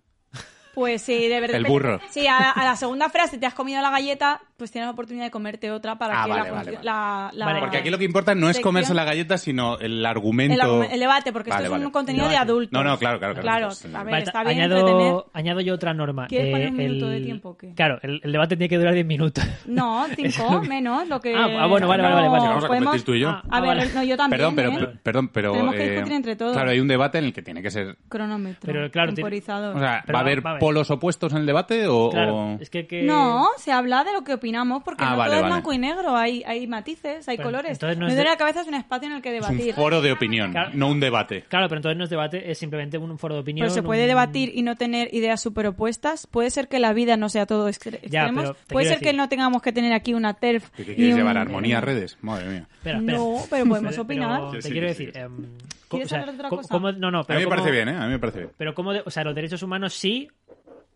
C: Pues sí, de verdad.
B: El burro.
C: Sí, a la, a la segunda frase te has comido la galleta, pues tienes la oportunidad de comerte otra para
B: Ah,
C: que
B: vale,
C: la,
B: vale, vale.
C: la- la-
A: Vale,
B: Porque aquí lo que importa no es
C: sección-
B: comerse la galleta, sino el argumento.
C: el, argumen- el debate, porque
B: Vale,
C: esto es
B: vale.
C: un contenido
A: El
C: de
A: debate.
C: adultos.
B: No, no, claro, claro, claro.
C: Claro,
B: Sí.
C: a ver,
A: Vale,
C: está
A: ta-
C: bien entretener.
A: añado, añado yo otra norma.
C: ¿Quieres
A: Eh,
C: poner un minuto de
A: el-
C: tiempo o qué?
A: Claro, el, el debate tiene que durar 10 minutos.
C: No, cinco, menos, lo que...
A: Ah, ah, bueno, vale, vale, vale, vale.
C: No,
A: Si
B: vamos a competir
C: podemos-
B: tú y yo.
C: A
A: Ah,
C: ver,
A: vale.
C: no, yo también,
B: perdón, pero,
C: ¿eh?
B: per- perdón, pero.
C: Tenemos que
B: eh,
C: discutir entre todos.
B: Claro, hay un debate en el que tiene que ser.
C: Cronómetro,
A: Pero, claro, tiene-
C: temporizador.
B: O sea,
A: Pero
B: ¿va a
A: va-
B: haber
A: va a haber.
B: polos opuestos en el debate o.?
A: Claro,
B: o-
A: es que, que-
C: No, se habla de lo que opinamos, porque
B: Ah,
C: no
B: vale,
C: todo
B: vale.
C: es blanco y negro, hay, hay matices, hay
A: Pero
C: colores.
A: entonces no
C: Me
A: es
C: duele
A: de-
C: la cabeza, es un espacio en el que
B: es un
C: debatir.
B: foro de opinión,
A: Claro.
B: no un debate.
A: Claro, pero entonces no es debate, es simplemente un foro de opinión.
C: Pero se puede
A: un-
C: debatir y no tener ideas superopuestas. Puede ser que la vida no sea todo extre-
A: Ya,
C: extremos.
A: pero te
C: Puede
A: quiero
C: ser que
A: decir-
C: no tengamos que tener aquí una TERF.
B: ¿Qué, qué
C: y
B: quieres
C: un-
B: llevar? ¿Armonía a redes? Madre mía.
A: Espera, espera.
C: No, pero podemos
A: Pero-
C: opinar.
A: pero
B: Sí,
A: te
B: sí,
A: quiero
B: sí, sí.
A: decir. em, co-
C: ¿Quieres
A: o sea,
C: hablar de otra
A: co-
C: cosa?
A: cómo- no, no,
B: A
A: pero
B: mí me parece
A: cómo-
B: bien, ¿eh? A mí me parece bien.
A: Pero cómo, de- o sea, los derechos humanos sí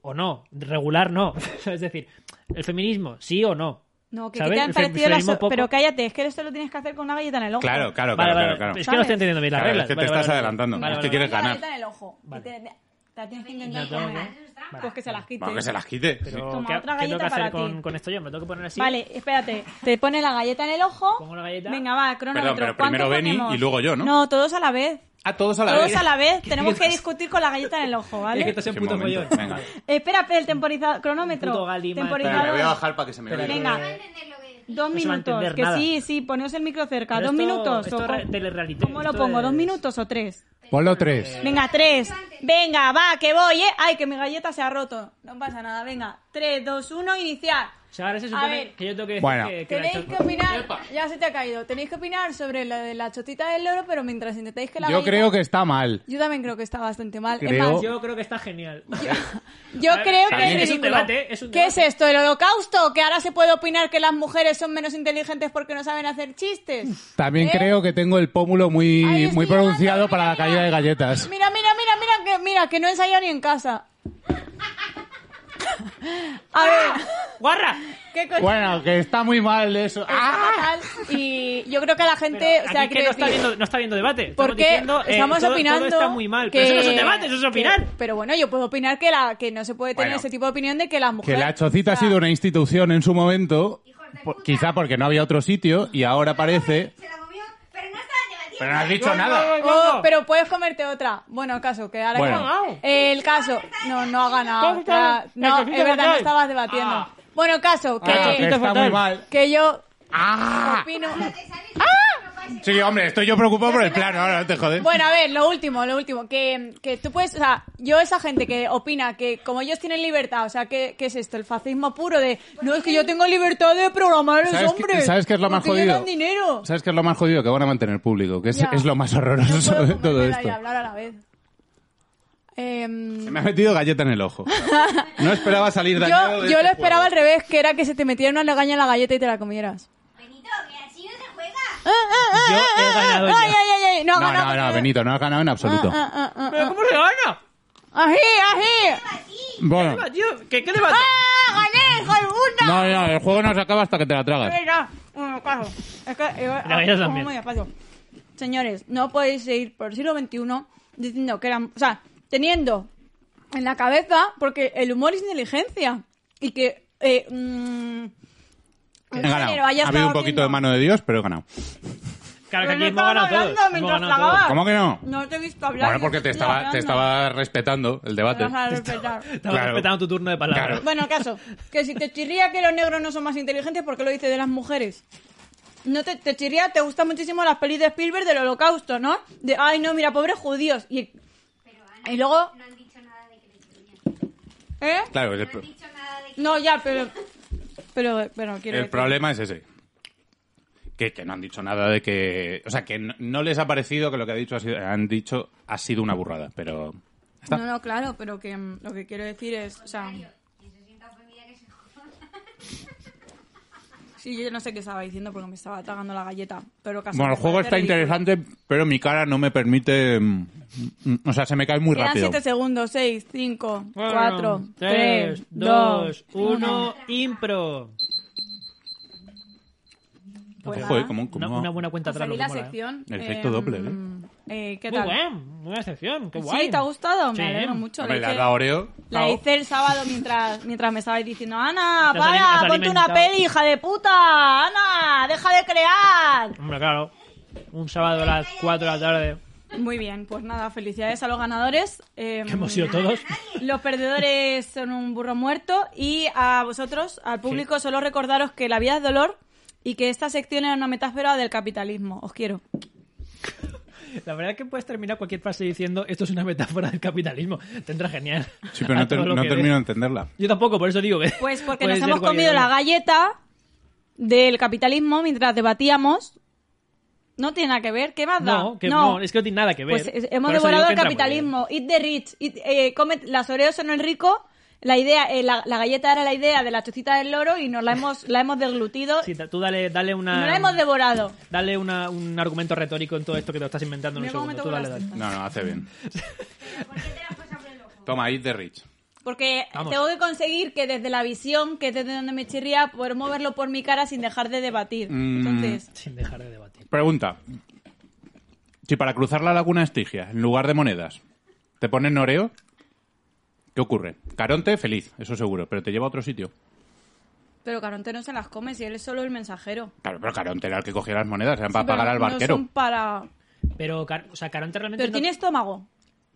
A: o no, regular no. es decir, el feminismo sí o no.
C: No, que, que
A: ¿Sabes?
C: te han
A: El
C: parecido las...
A: feminismo poco.
C: Pero cállate, es que esto lo tienes que hacer con una galleta en el ojo.
B: Claro, claro,
A: Vale,
B: claro,
A: vale,
B: claro.
A: Es
B: claro.
A: que no
C: ¿Sabes?
A: estoy entendiendo bien las
B: Claro,
A: reglas.
B: es que te
A: Vale,
B: estás
A: vale, vale.
B: adelantando.
A: Vale,
B: Es que
A: vale,
B: quieres
C: Una
B: ganar.
C: galleta en el ojo.
A: Vale.
C: Y te- La tienes que
A: No
C: intentar
A: tengo
C: comer.
A: que-
C: Pues que se las quite.
B: Vamos, que se las quite.
A: Pero,
C: Toma,
A: ¿qué,
C: otra
A: qué tengo que
C: galleta
A: hacer
C: para
A: con,
C: ti.
A: con esto yo? ¿Me lo tengo que poner así?
C: Vale, espérate. Te pones la galleta en el ojo.
A: Pongo la galleta.
C: Venga, va, cronómetro.
B: Perdón, pero
C: ¿Cuánto
B: primero Beni
C: ponemos?
B: y luego yo, ¿no?
C: No, todos a la vez.
B: Ah, todos a la
C: todos
B: vez.
C: a la vez. Tenemos que
A: mierdas.
C: discutir con la galleta en el ojo,
A: Es que
C: ¿vale?
A: estás en
B: Qué
A: puto
B: momento.
A: follón.
B: Venga.
C: Eh, espera, espera, el temporizador. Cronómetro.
A: Puto Gali, madre.
D: Espera,
C: temporizador.
D: me voy a bajar para que se me
A: Espera,
D: vea.
C: Venga, dos
A: No se va a
C: minutos.
A: entender
C: que
A: nada.
C: sí, sí, poneos el micro cerca.
A: Pero
C: dos
A: esto-
C: minutos.
A: esto
C: o
A: es
C: con-
A: re- telerealité,
C: ¿Cómo lo
A: esto
C: pongo? ¿Dos
A: es-
C: minutos o tres?
E: Ponlo tres.
C: Venga, tres. Venga, va, que voy, ¿eh? Ay, que mi galleta se ha roto. No pasa nada. Venga, tres, dos, uno, iniciar.
A: O sea, ahora se
C: A
A: supone
C: ver.
A: que yo tengo que decir
E: Bueno.
A: que, que la he
D: Tenéis
A: hecho-
D: que opinar-
C: Ya se te ha caído. Tenéis que opinar sobre la de la chotita del loro, pero mientras intentáis que la
E: Yo
C: galleta-
E: creo que está mal.
C: Yo también creo que está bastante mal. Es
E: Creo-
C: más, yo,
A: Yo creo que está genial.
B: también
C: creo que
B: es
C: es
A: un
C: ridículo.
A: debate, es un
C: ¿Qué es
A: debate.
C: esto? ¿El holocausto? ¿Que ahora se puede opinar que las mujeres son menos inteligentes porque no saben hacer chistes?
E: También
C: ¿Eh?
E: creo que tengo el pómulo
C: Ahí
E: muy,
C: estoy
E: muy pronunciado
C: llegando,
E: para la
C: mira,
E: caída de
C: mira.
E: galletas.
C: Mira, mira, mira, mira que, mira, que no he ensayado ni en casa. A ver,
A: ¡Guarra!
C: ¿qué cosa?
E: Bueno, que está muy mal eso.
C: Pues,
E: ¡Ah!
C: fatal. Y yo creo que la gente,
A: Pero
C: o sea,
A: aquí que no
C: quiero
A: está,
C: decir-
A: viendo, no está viendo debate. Estamos
C: Porque
A: diciendo, eh,
C: estamos
A: todo- todo
C: opinando.
A: está muy mal.
C: Que,
A: Pero eso no es un debate, eso es
C: que-
A: opinar.
C: pero bueno, yo puedo opinar que, la, que no se puede tener
B: Bueno.
C: ese tipo de opinión de que las
E: Que
C: mujeres.
E: la chocita
C: o
E: ha
C: sea, oh,
E: sido una institución en su momento, po- quizá porque no había otro sitio, y ahora parece... Pero no has dicho nada.
C: Oh, pero puedes comerte otra. Bueno, el caso, que ahora
E: Bueno.
C: que- El caso. No, no ha ganado.
A: ¿Cómo está?
C: Ah, No,
A: Eso
C: es
A: sí que
C: verdad, no
A: fatal.
C: estabas debatiendo.
A: Ah.
C: Bueno, el caso, que,
E: Ah, que está muy mal.
C: que yo
E: ¡Ah!
C: opino.
E: Sí, hombre, estoy yo preocupado por el plano, ahora no te jodes.
C: Bueno, a ver, lo último, lo último. Que, que tú puedes, o sea, yo esa gente que opina que como ellos tienen libertad, o sea, ¿qué, qué es esto? El fascismo puro de, no, es que yo tengo libertad de programar a los
E: ¿Sabes,
C: hombres.
E: qué, ¿Sabes qué es lo más
C: porque
E: jodido?
C: ganan dinero.
E: ¿Sabes qué es lo más jodido? Que van a mantener público, que es,
C: Ya.
E: es lo más
C: No
E: horroroso
C: puedo
E: de todo
C: comérmela
E: esto.
C: Y hablar a la vez. Em,
B: Me ha metido galleta en el ojo. No esperaba salir dañado
C: yo
B: de
C: yo
B: este
C: lo esperaba al
B: juego.
C: revés, que era que se te metiera una legaña en la galleta y te la comieras. Ah, ah, ah,
A: Yo he
C: ah, ah,
A: ganado
C: ay,
A: ya.
C: ay, ay, ay, no, ha
E: No,
C: ganado
E: no, no,
C: porque-
E: Benito, no has ganado en absoluto.
C: Ah, ah, ah,
A: ¿Pero cómo se gana?
C: ah. Ají, ají.
E: Bueno,
A: Ah, tío, ¿Qué, qué debate?
C: ¡Ah, gané, hijo de puta!
E: no, no, el juego no se acaba hasta que te la tragas.
C: Venga, bueno, claro. Es que eh,
A: La vida
C: ah,
A: también.
C: muy despacio. Señores, no podéis seguir por el siglo XXI diciendo que eran... O sea, teniendo en la cabeza, porque el humor es inteligencia. Y que... Eh, mm,
E: He
C: el género
E: ganado.
C: haya
E: Ha habido
C: estado
E: un poquito de
C: haciendo-
E: mano de Dios, pero he ganado.
A: Claro que
C: Pero
A: aquí
C: no
A: hemos ganado
C: estaba
A: todos.
C: hablando
A: Hemos
C: mientras
A: ganado
C: tragabas.
A: todos.
E: ¿Cómo que no?
C: No te he visto hablar.
E: Bueno, porque
C: yo
E: te
C: estoy
E: estaba, te
C: hablando.
E: estaba respetando el
C: Te
E: debate.
C: vas a respetar.
A: Estamos
E: Claro.
A: respetando tu turno de palabra.
E: Claro.
C: Bueno, el caso, que si te chirría que los negros no son más inteligentes, ¿por qué lo dices de las mujeres? No te, te chirría, te gustan muchísimo las pelis de Spielberg del holocausto, ¿no? De, ay, no, mira, pobres judíos. Y, y luego, ¿eh?
E: Claro, el, pro-
C: No, ya, pero... Pero, pero quiero
E: el
C: decir-
E: problema es ese. Que, que no han dicho nada de que... O sea, que no, no les ha parecido que lo que ha dicho ha sido- han dicho ha sido una burrada, pero... ya está.
C: No, no, claro, pero que mm, lo que quiero decir es, o sea... Sí, yo no sé qué estaba diciendo porque me estaba tragando la galleta. Pero casi
E: Bueno, el
C: me
E: juego
C: parece
E: está
C: ridículo.
E: interesante, pero mi cara no me permite... mm, mm, O sea, se me cae muy
C: Quedan
E: rápido.
C: 7 segundos, 6, 5,
A: Bueno,
C: 4, 3,
A: tres,
C: 2,
A: dos, uno, impro.
C: Pues
E: Joder,
C: nada.
E: como,
A: Una,
E: como-
A: una buena cuenta atrás.
C: Conseguí
A: lo que
C: Pues la
A: mola, ¿eh?
C: sección.
E: Efecto Doppler, ¿eh?
C: eh, ¿Qué
A: Muy
C: tal?
A: bien, buena sección, qué guay.
C: Sí, ¿te ha gustado?
A: Sí.
C: Me alegro mucho. La
E: Hombre, le has
C: hice-
E: dado Oreo.
C: la hice el sábado mientras, mientras me estabais diciendo, Ana,
A: Te has alim-
C: para,
A: has
C: ponte una
A: alimentado.
C: peli, hija de puta, Ana, deja de crear.
A: Hombre, claro. Un sábado a las 4 de la tarde.
C: Muy bien, pues nada, felicidades a los ganadores. eh,
A: Que hemos sido todos.
C: Los perdedores son un burro muerto y a vosotros, al público, solo recordaros que la vida es dolor y que esta sección era una metáfora del capitalismo. Os quiero.
A: La verdad es que puedes terminar cualquier frase diciendo esto es una metáfora del capitalismo. Te entra genial.
E: Sí, pero
A: A
E: no, ter-
A: todo lo
E: no
A: que
E: termino de
A: ves.
E: entenderla.
A: Yo tampoco, por eso digo que.
C: Pues porque
A: puede
C: nos
A: ser
C: hemos
A: cualquier
C: comido la
A: cosa.
C: galleta del capitalismo mientras debatíamos. No tiene nada que ver. ¿Qué más da?
A: No, que no. es que no tiene nada que ver.
C: Pues es- hemos
A: Por eso digo
C: devorado
A: que
C: el
A: entra muy
C: capitalismo. Eat the rich. eat- eh, come- las oreos son el rico. La idea, eh, la, la galleta era la idea de la chocita del loro y nos la hemos, la hemos deglutido.
A: bien. Sí, ta- tú dale, dale
C: y nos
A: una.
C: la hemos devorado.
A: Dale una- un argumento retórico en todo esto que te lo estás inventando en un
C: Mira cómo me
A: segundo. Tú
C: toco
A: dale,
C: las
A: dale.
C: tetas.
E: No, no, hace bien. Toma, eat the rich.
C: Porque
A: Vamos.
C: tengo que conseguir que desde la visión, que es desde donde me chirría, poder moverlo por mi cara sin dejar de debatir. Entonces,
A: Sin dejar de debatir.
E: Pregunta. Si para cruzar la laguna Estigia, en lugar de monedas, te ponen oreo,
B: ¿Qué ocurre? Caronte, feliz, eso seguro, pero te lleva a otro sitio.
C: Pero Caronte no se las come si él es solo el mensajero.
B: Claro, pero Caronte era el que cogía las monedas, eran para
C: Sí,
B: pagar
C: pero
B: al
C: no
B: barquero.
C: son para...
A: Pero, Car- o sea, Caronte realmente
C: Pero
A: no...
C: tiene estómago.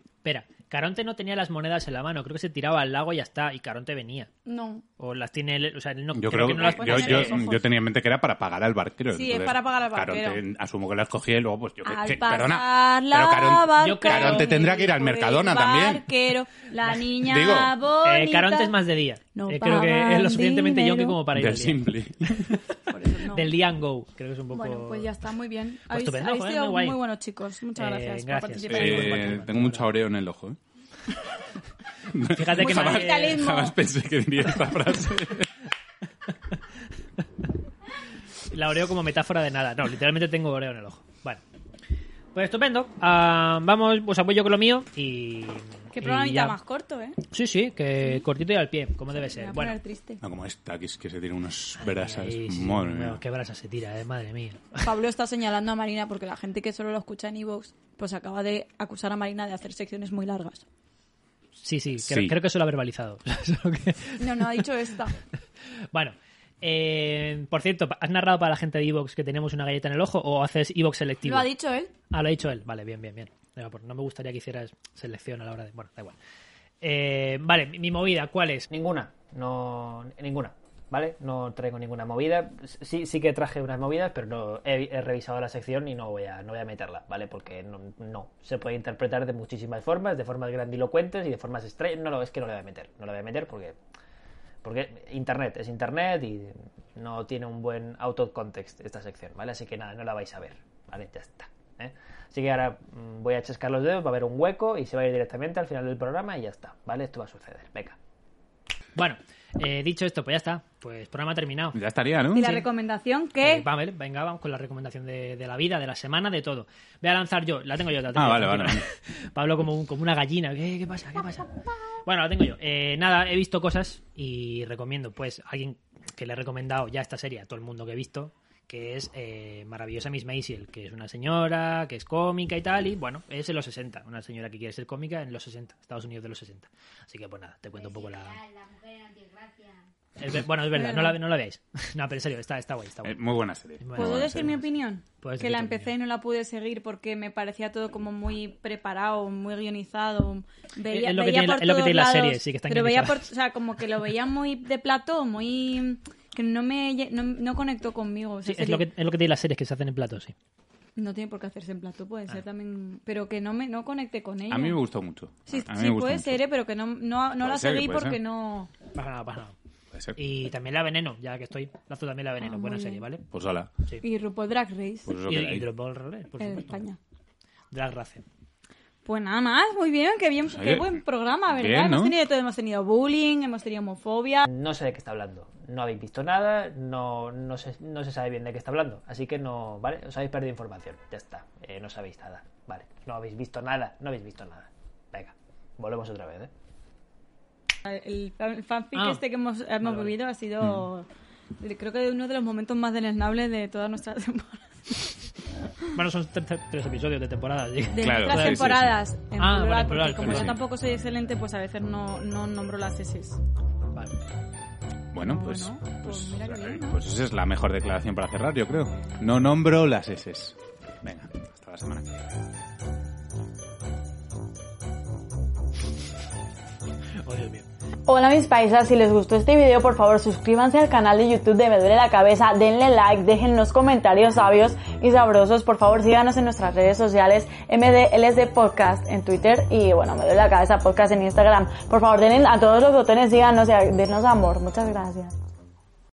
A: Espera, Caronte no tenía las monedas en la mano, creo que se tiraba al lago y ya está, y Caronte venía.
C: No.
A: O las tiene, él- o sea, él no,
B: Yo creo,
A: que no las Eh,
B: yo,
C: pones
B: yo-
C: en los ojos.
B: yo tenía en mente que era para pagar al barquero.
C: Sí,
B: entonces,
C: es para pagar al barquero.
B: Caronte, asumo que las cogía y luego, pues yo que,
C: Al
B: que-
C: pasar
B: perdona.
C: la
B: pero Caron-
C: barca,
A: Yo creo- Caronte
B: tendrá que ir al
C: dijo el
B: Mercadona también.
C: barquero, la niña
B: Digo, eh,
C: bonita.
A: Eh, Caronte es más de día.
C: No
A: Eh, creo que es
C: pagan
A: lo suficientemente
C: dinero.
A: yonki como para ir
B: del
A: al día.
B: simple.
C: Por eso no.
A: Del día and go, creo que es un poco...
C: Bueno, pues ya está, muy bien. habéis
A: estupendo,
C: habéis
A: joder,
C: sido
A: muy guay.
C: muy, buenos chicos. Muchas
A: Eh,
C: gracias,
A: gracias.
C: por participar.
A: Eh,
B: Eh, tengo mucha oreo en el ojo. ¿eh?
A: Fíjate que
C: Muy
A: más-
C: Pues capitalismo.
B: Jamás pensé que diría esta frase.
A: La Oreo como metáfora de nada. No, literalmente tengo Oreo en el ojo. Vale. Pues estupendo. Ah, vamos, pues apoyo con lo mío y.
C: Qué
A: y
C: programita
A: ya.
C: más corto, ¿eh?
A: Sí, sí, que cortito y al pie, como debe
C: Me voy
A: ser.
C: a
A: Bueno.
C: poner triste.
B: No, como esta, que es que se tiene unas brasas.
A: Ahí, sí,
B: Madre
A: bueno,
B: mía.
A: qué brasa se tira, eh, madre mía.
C: Pablo está señalando a Marina porque la gente que solo lo escucha en Evox pues acaba de acusar a Marina de hacer secciones muy largas.
A: Sí, sí,
B: Sí.
A: Creo, creo que eso lo ha verbalizado. Solo que-
C: No, no, ha dicho esta.
A: bueno, eh, por cierto, ¿has narrado para la gente de Evox que tenemos una galleta en el ojo o haces Evox selectivo?
C: Lo ha dicho él.
A: Ah, lo ha dicho él. Vale, bien, bien, bien. Venga, por- No me gustaría que hicieras selección a la hora de. Bueno, da igual. Eh, vale, mi, mi movida, ¿cuál es? Ninguna. No, ninguna. ¿Vale? No traigo ninguna movida. Sí, sí que traje unas movidas, pero no he, revisado la sección y no voy a, no voy a meterla, ¿vale? Porque no, Se puede interpretar de muchísimas formas, de formas grandilocuentes y de formas extrañas. No, no, es que no la voy a meter. No la voy a meter porque. Porque internet es internet y no tiene un buen out of context esta sección, ¿vale? Así que nada, no la vais a ver, ¿vale? Ya está. ¿eh? Así que ahora mm, voy a chascar los dedos, va a haber un hueco y se va a ir directamente al final del programa y ya está, ¿vale? Esto va a suceder, venga. Bueno, dicho esto, pues ya está. Pues programa terminado.
B: Ya estaría,
A: Mm,
B: ¿no?
C: Y la recomendación que...
A: Vale, venga, vamos con la recomendación de, de la vida, de la semana, de todo. Voy a lanzar yo, la tengo yo. La tengo
B: Ah,
A: yo,
B: vale,
A: tranquilo. Pablo como, un- como una gallina. ¿Qué, qué pasa? ¿Qué pasa? Bueno, la tengo yo. Eh, nada, he visto cosas y recomiendo, pues, a alguien que le he recomendado ya esta serie a todo el mundo que he visto, que es eh, maravillosa Miss Maisel, que es una señora, que es cómica y tal, y bueno, es en los 60, una señora que quiere ser cómica en los 60, Estados Unidos de los 60. Así que, pues nada, te cuento un poco la... Es ver- bueno, es verdad, no la, no la veáis. No, pero en serio, está, está guay, está guay.
B: Eh, muy buena serie.
A: Bueno,
C: ¿Puedo
A: bueno,
C: decir mi opinión?
A: Puedes
C: que
A: decir
C: la
A: tu
C: empecé y no la pude seguir porque me parecía todo como muy preparado, muy guionizado. Veía,
A: Es lo que
C: veía
A: tiene la-
C: por
A: es lo que
C: todos
A: tiene la
C: lados,
A: serie, sí, que están
C: Pero veía por, o
A: guionizadas.
C: sea, como que lo veía muy de plató, muy que no me lle- no, no conectó conmigo.
A: Sí,
C: esa
A: es, lo que,
C: serie.
A: es lo que tiene las series que se hacen en plato, sí.
C: No tiene por qué hacerse en plató, puede ser también, pero que no me no conecté con ella.
B: A mí me gustó mucho.
C: Sí,
B: a mí
C: sí,
B: me gustó
C: puede
B: mucho.
C: ser, eh, pero que no, no, no
B: Puede
C: la
B: ser,
C: seguí
B: puede
C: porque
B: ser.
C: no.
A: Pasa nada, pasa nada.
B: Puede ser.
A: Y también la veneno, ya que estoy. Lazo también la
C: Ah,
A: veneno, buena serie, ¿vale?
B: Pues hola.
C: Y RuPaul Drag Race
B: Pues eso
A: y
B: que
A: y
B: leí.
A: Dragon Ball Relay, por
C: en
A: supuesto.
C: España.
A: Drag Race.
C: Pues nada más, muy bien, qué bien, qué
B: oye,
C: buen programa, ¿verdad?
B: bien,
C: Hemos
B: ¿no?
C: tenido de todo, hemos tenido bullying, hemos tenido homofobia.
A: No sé de qué está hablando. No habéis visto nada, no, no, se, no se sabe bien de qué está hablando. Así que no, ¿vale? Os habéis perdido información. Ya está. Eh, no sabéis nada. Vale. No habéis visto nada, no habéis visto nada. Venga, volvemos otra vez, ¿eh?
C: El, fan- el fanfic
A: Ah.
C: este que hemos, hemos vivido ha sido,
B: Mm.
C: de- creo que uno de los momentos más deleznables de toda nuestra temporada.
A: Bueno, son tre- tre- tres episodios de temporada. sí.
C: De
B: Claro,
C: nuestras
B: sí, sí,
C: temporadas, en
A: Ah,
C: plural,
A: vale, en
C: porque
A: plural,
C: como
A: claro,
C: yo
A: sí.
C: tampoco soy excelente, pues a veces no, no nombro las eses.
A: Vale.
B: Bueno, pues,
C: Bueno, pues
B: pues,
C: mira qué bien, ¿no?
B: pues esa es la mejor declaración para cerrar, yo creo. No nombro las S. Venga, hasta la semana que viene.
A: Oh, Dios mío.
D: Hola mis paisas, si les gustó este video por favor suscríbanse al canal de YouTube de Me Duele la Cabeza, denle like, déjennos comentarios sabios y sabrosos, por favor síganos en nuestras redes sociales MDLSD Podcast en Twitter y bueno, Me Duele la Cabeza Podcast en Instagram. Por favor denle a todos los botones, síganos y a- denos amor, muchas gracias.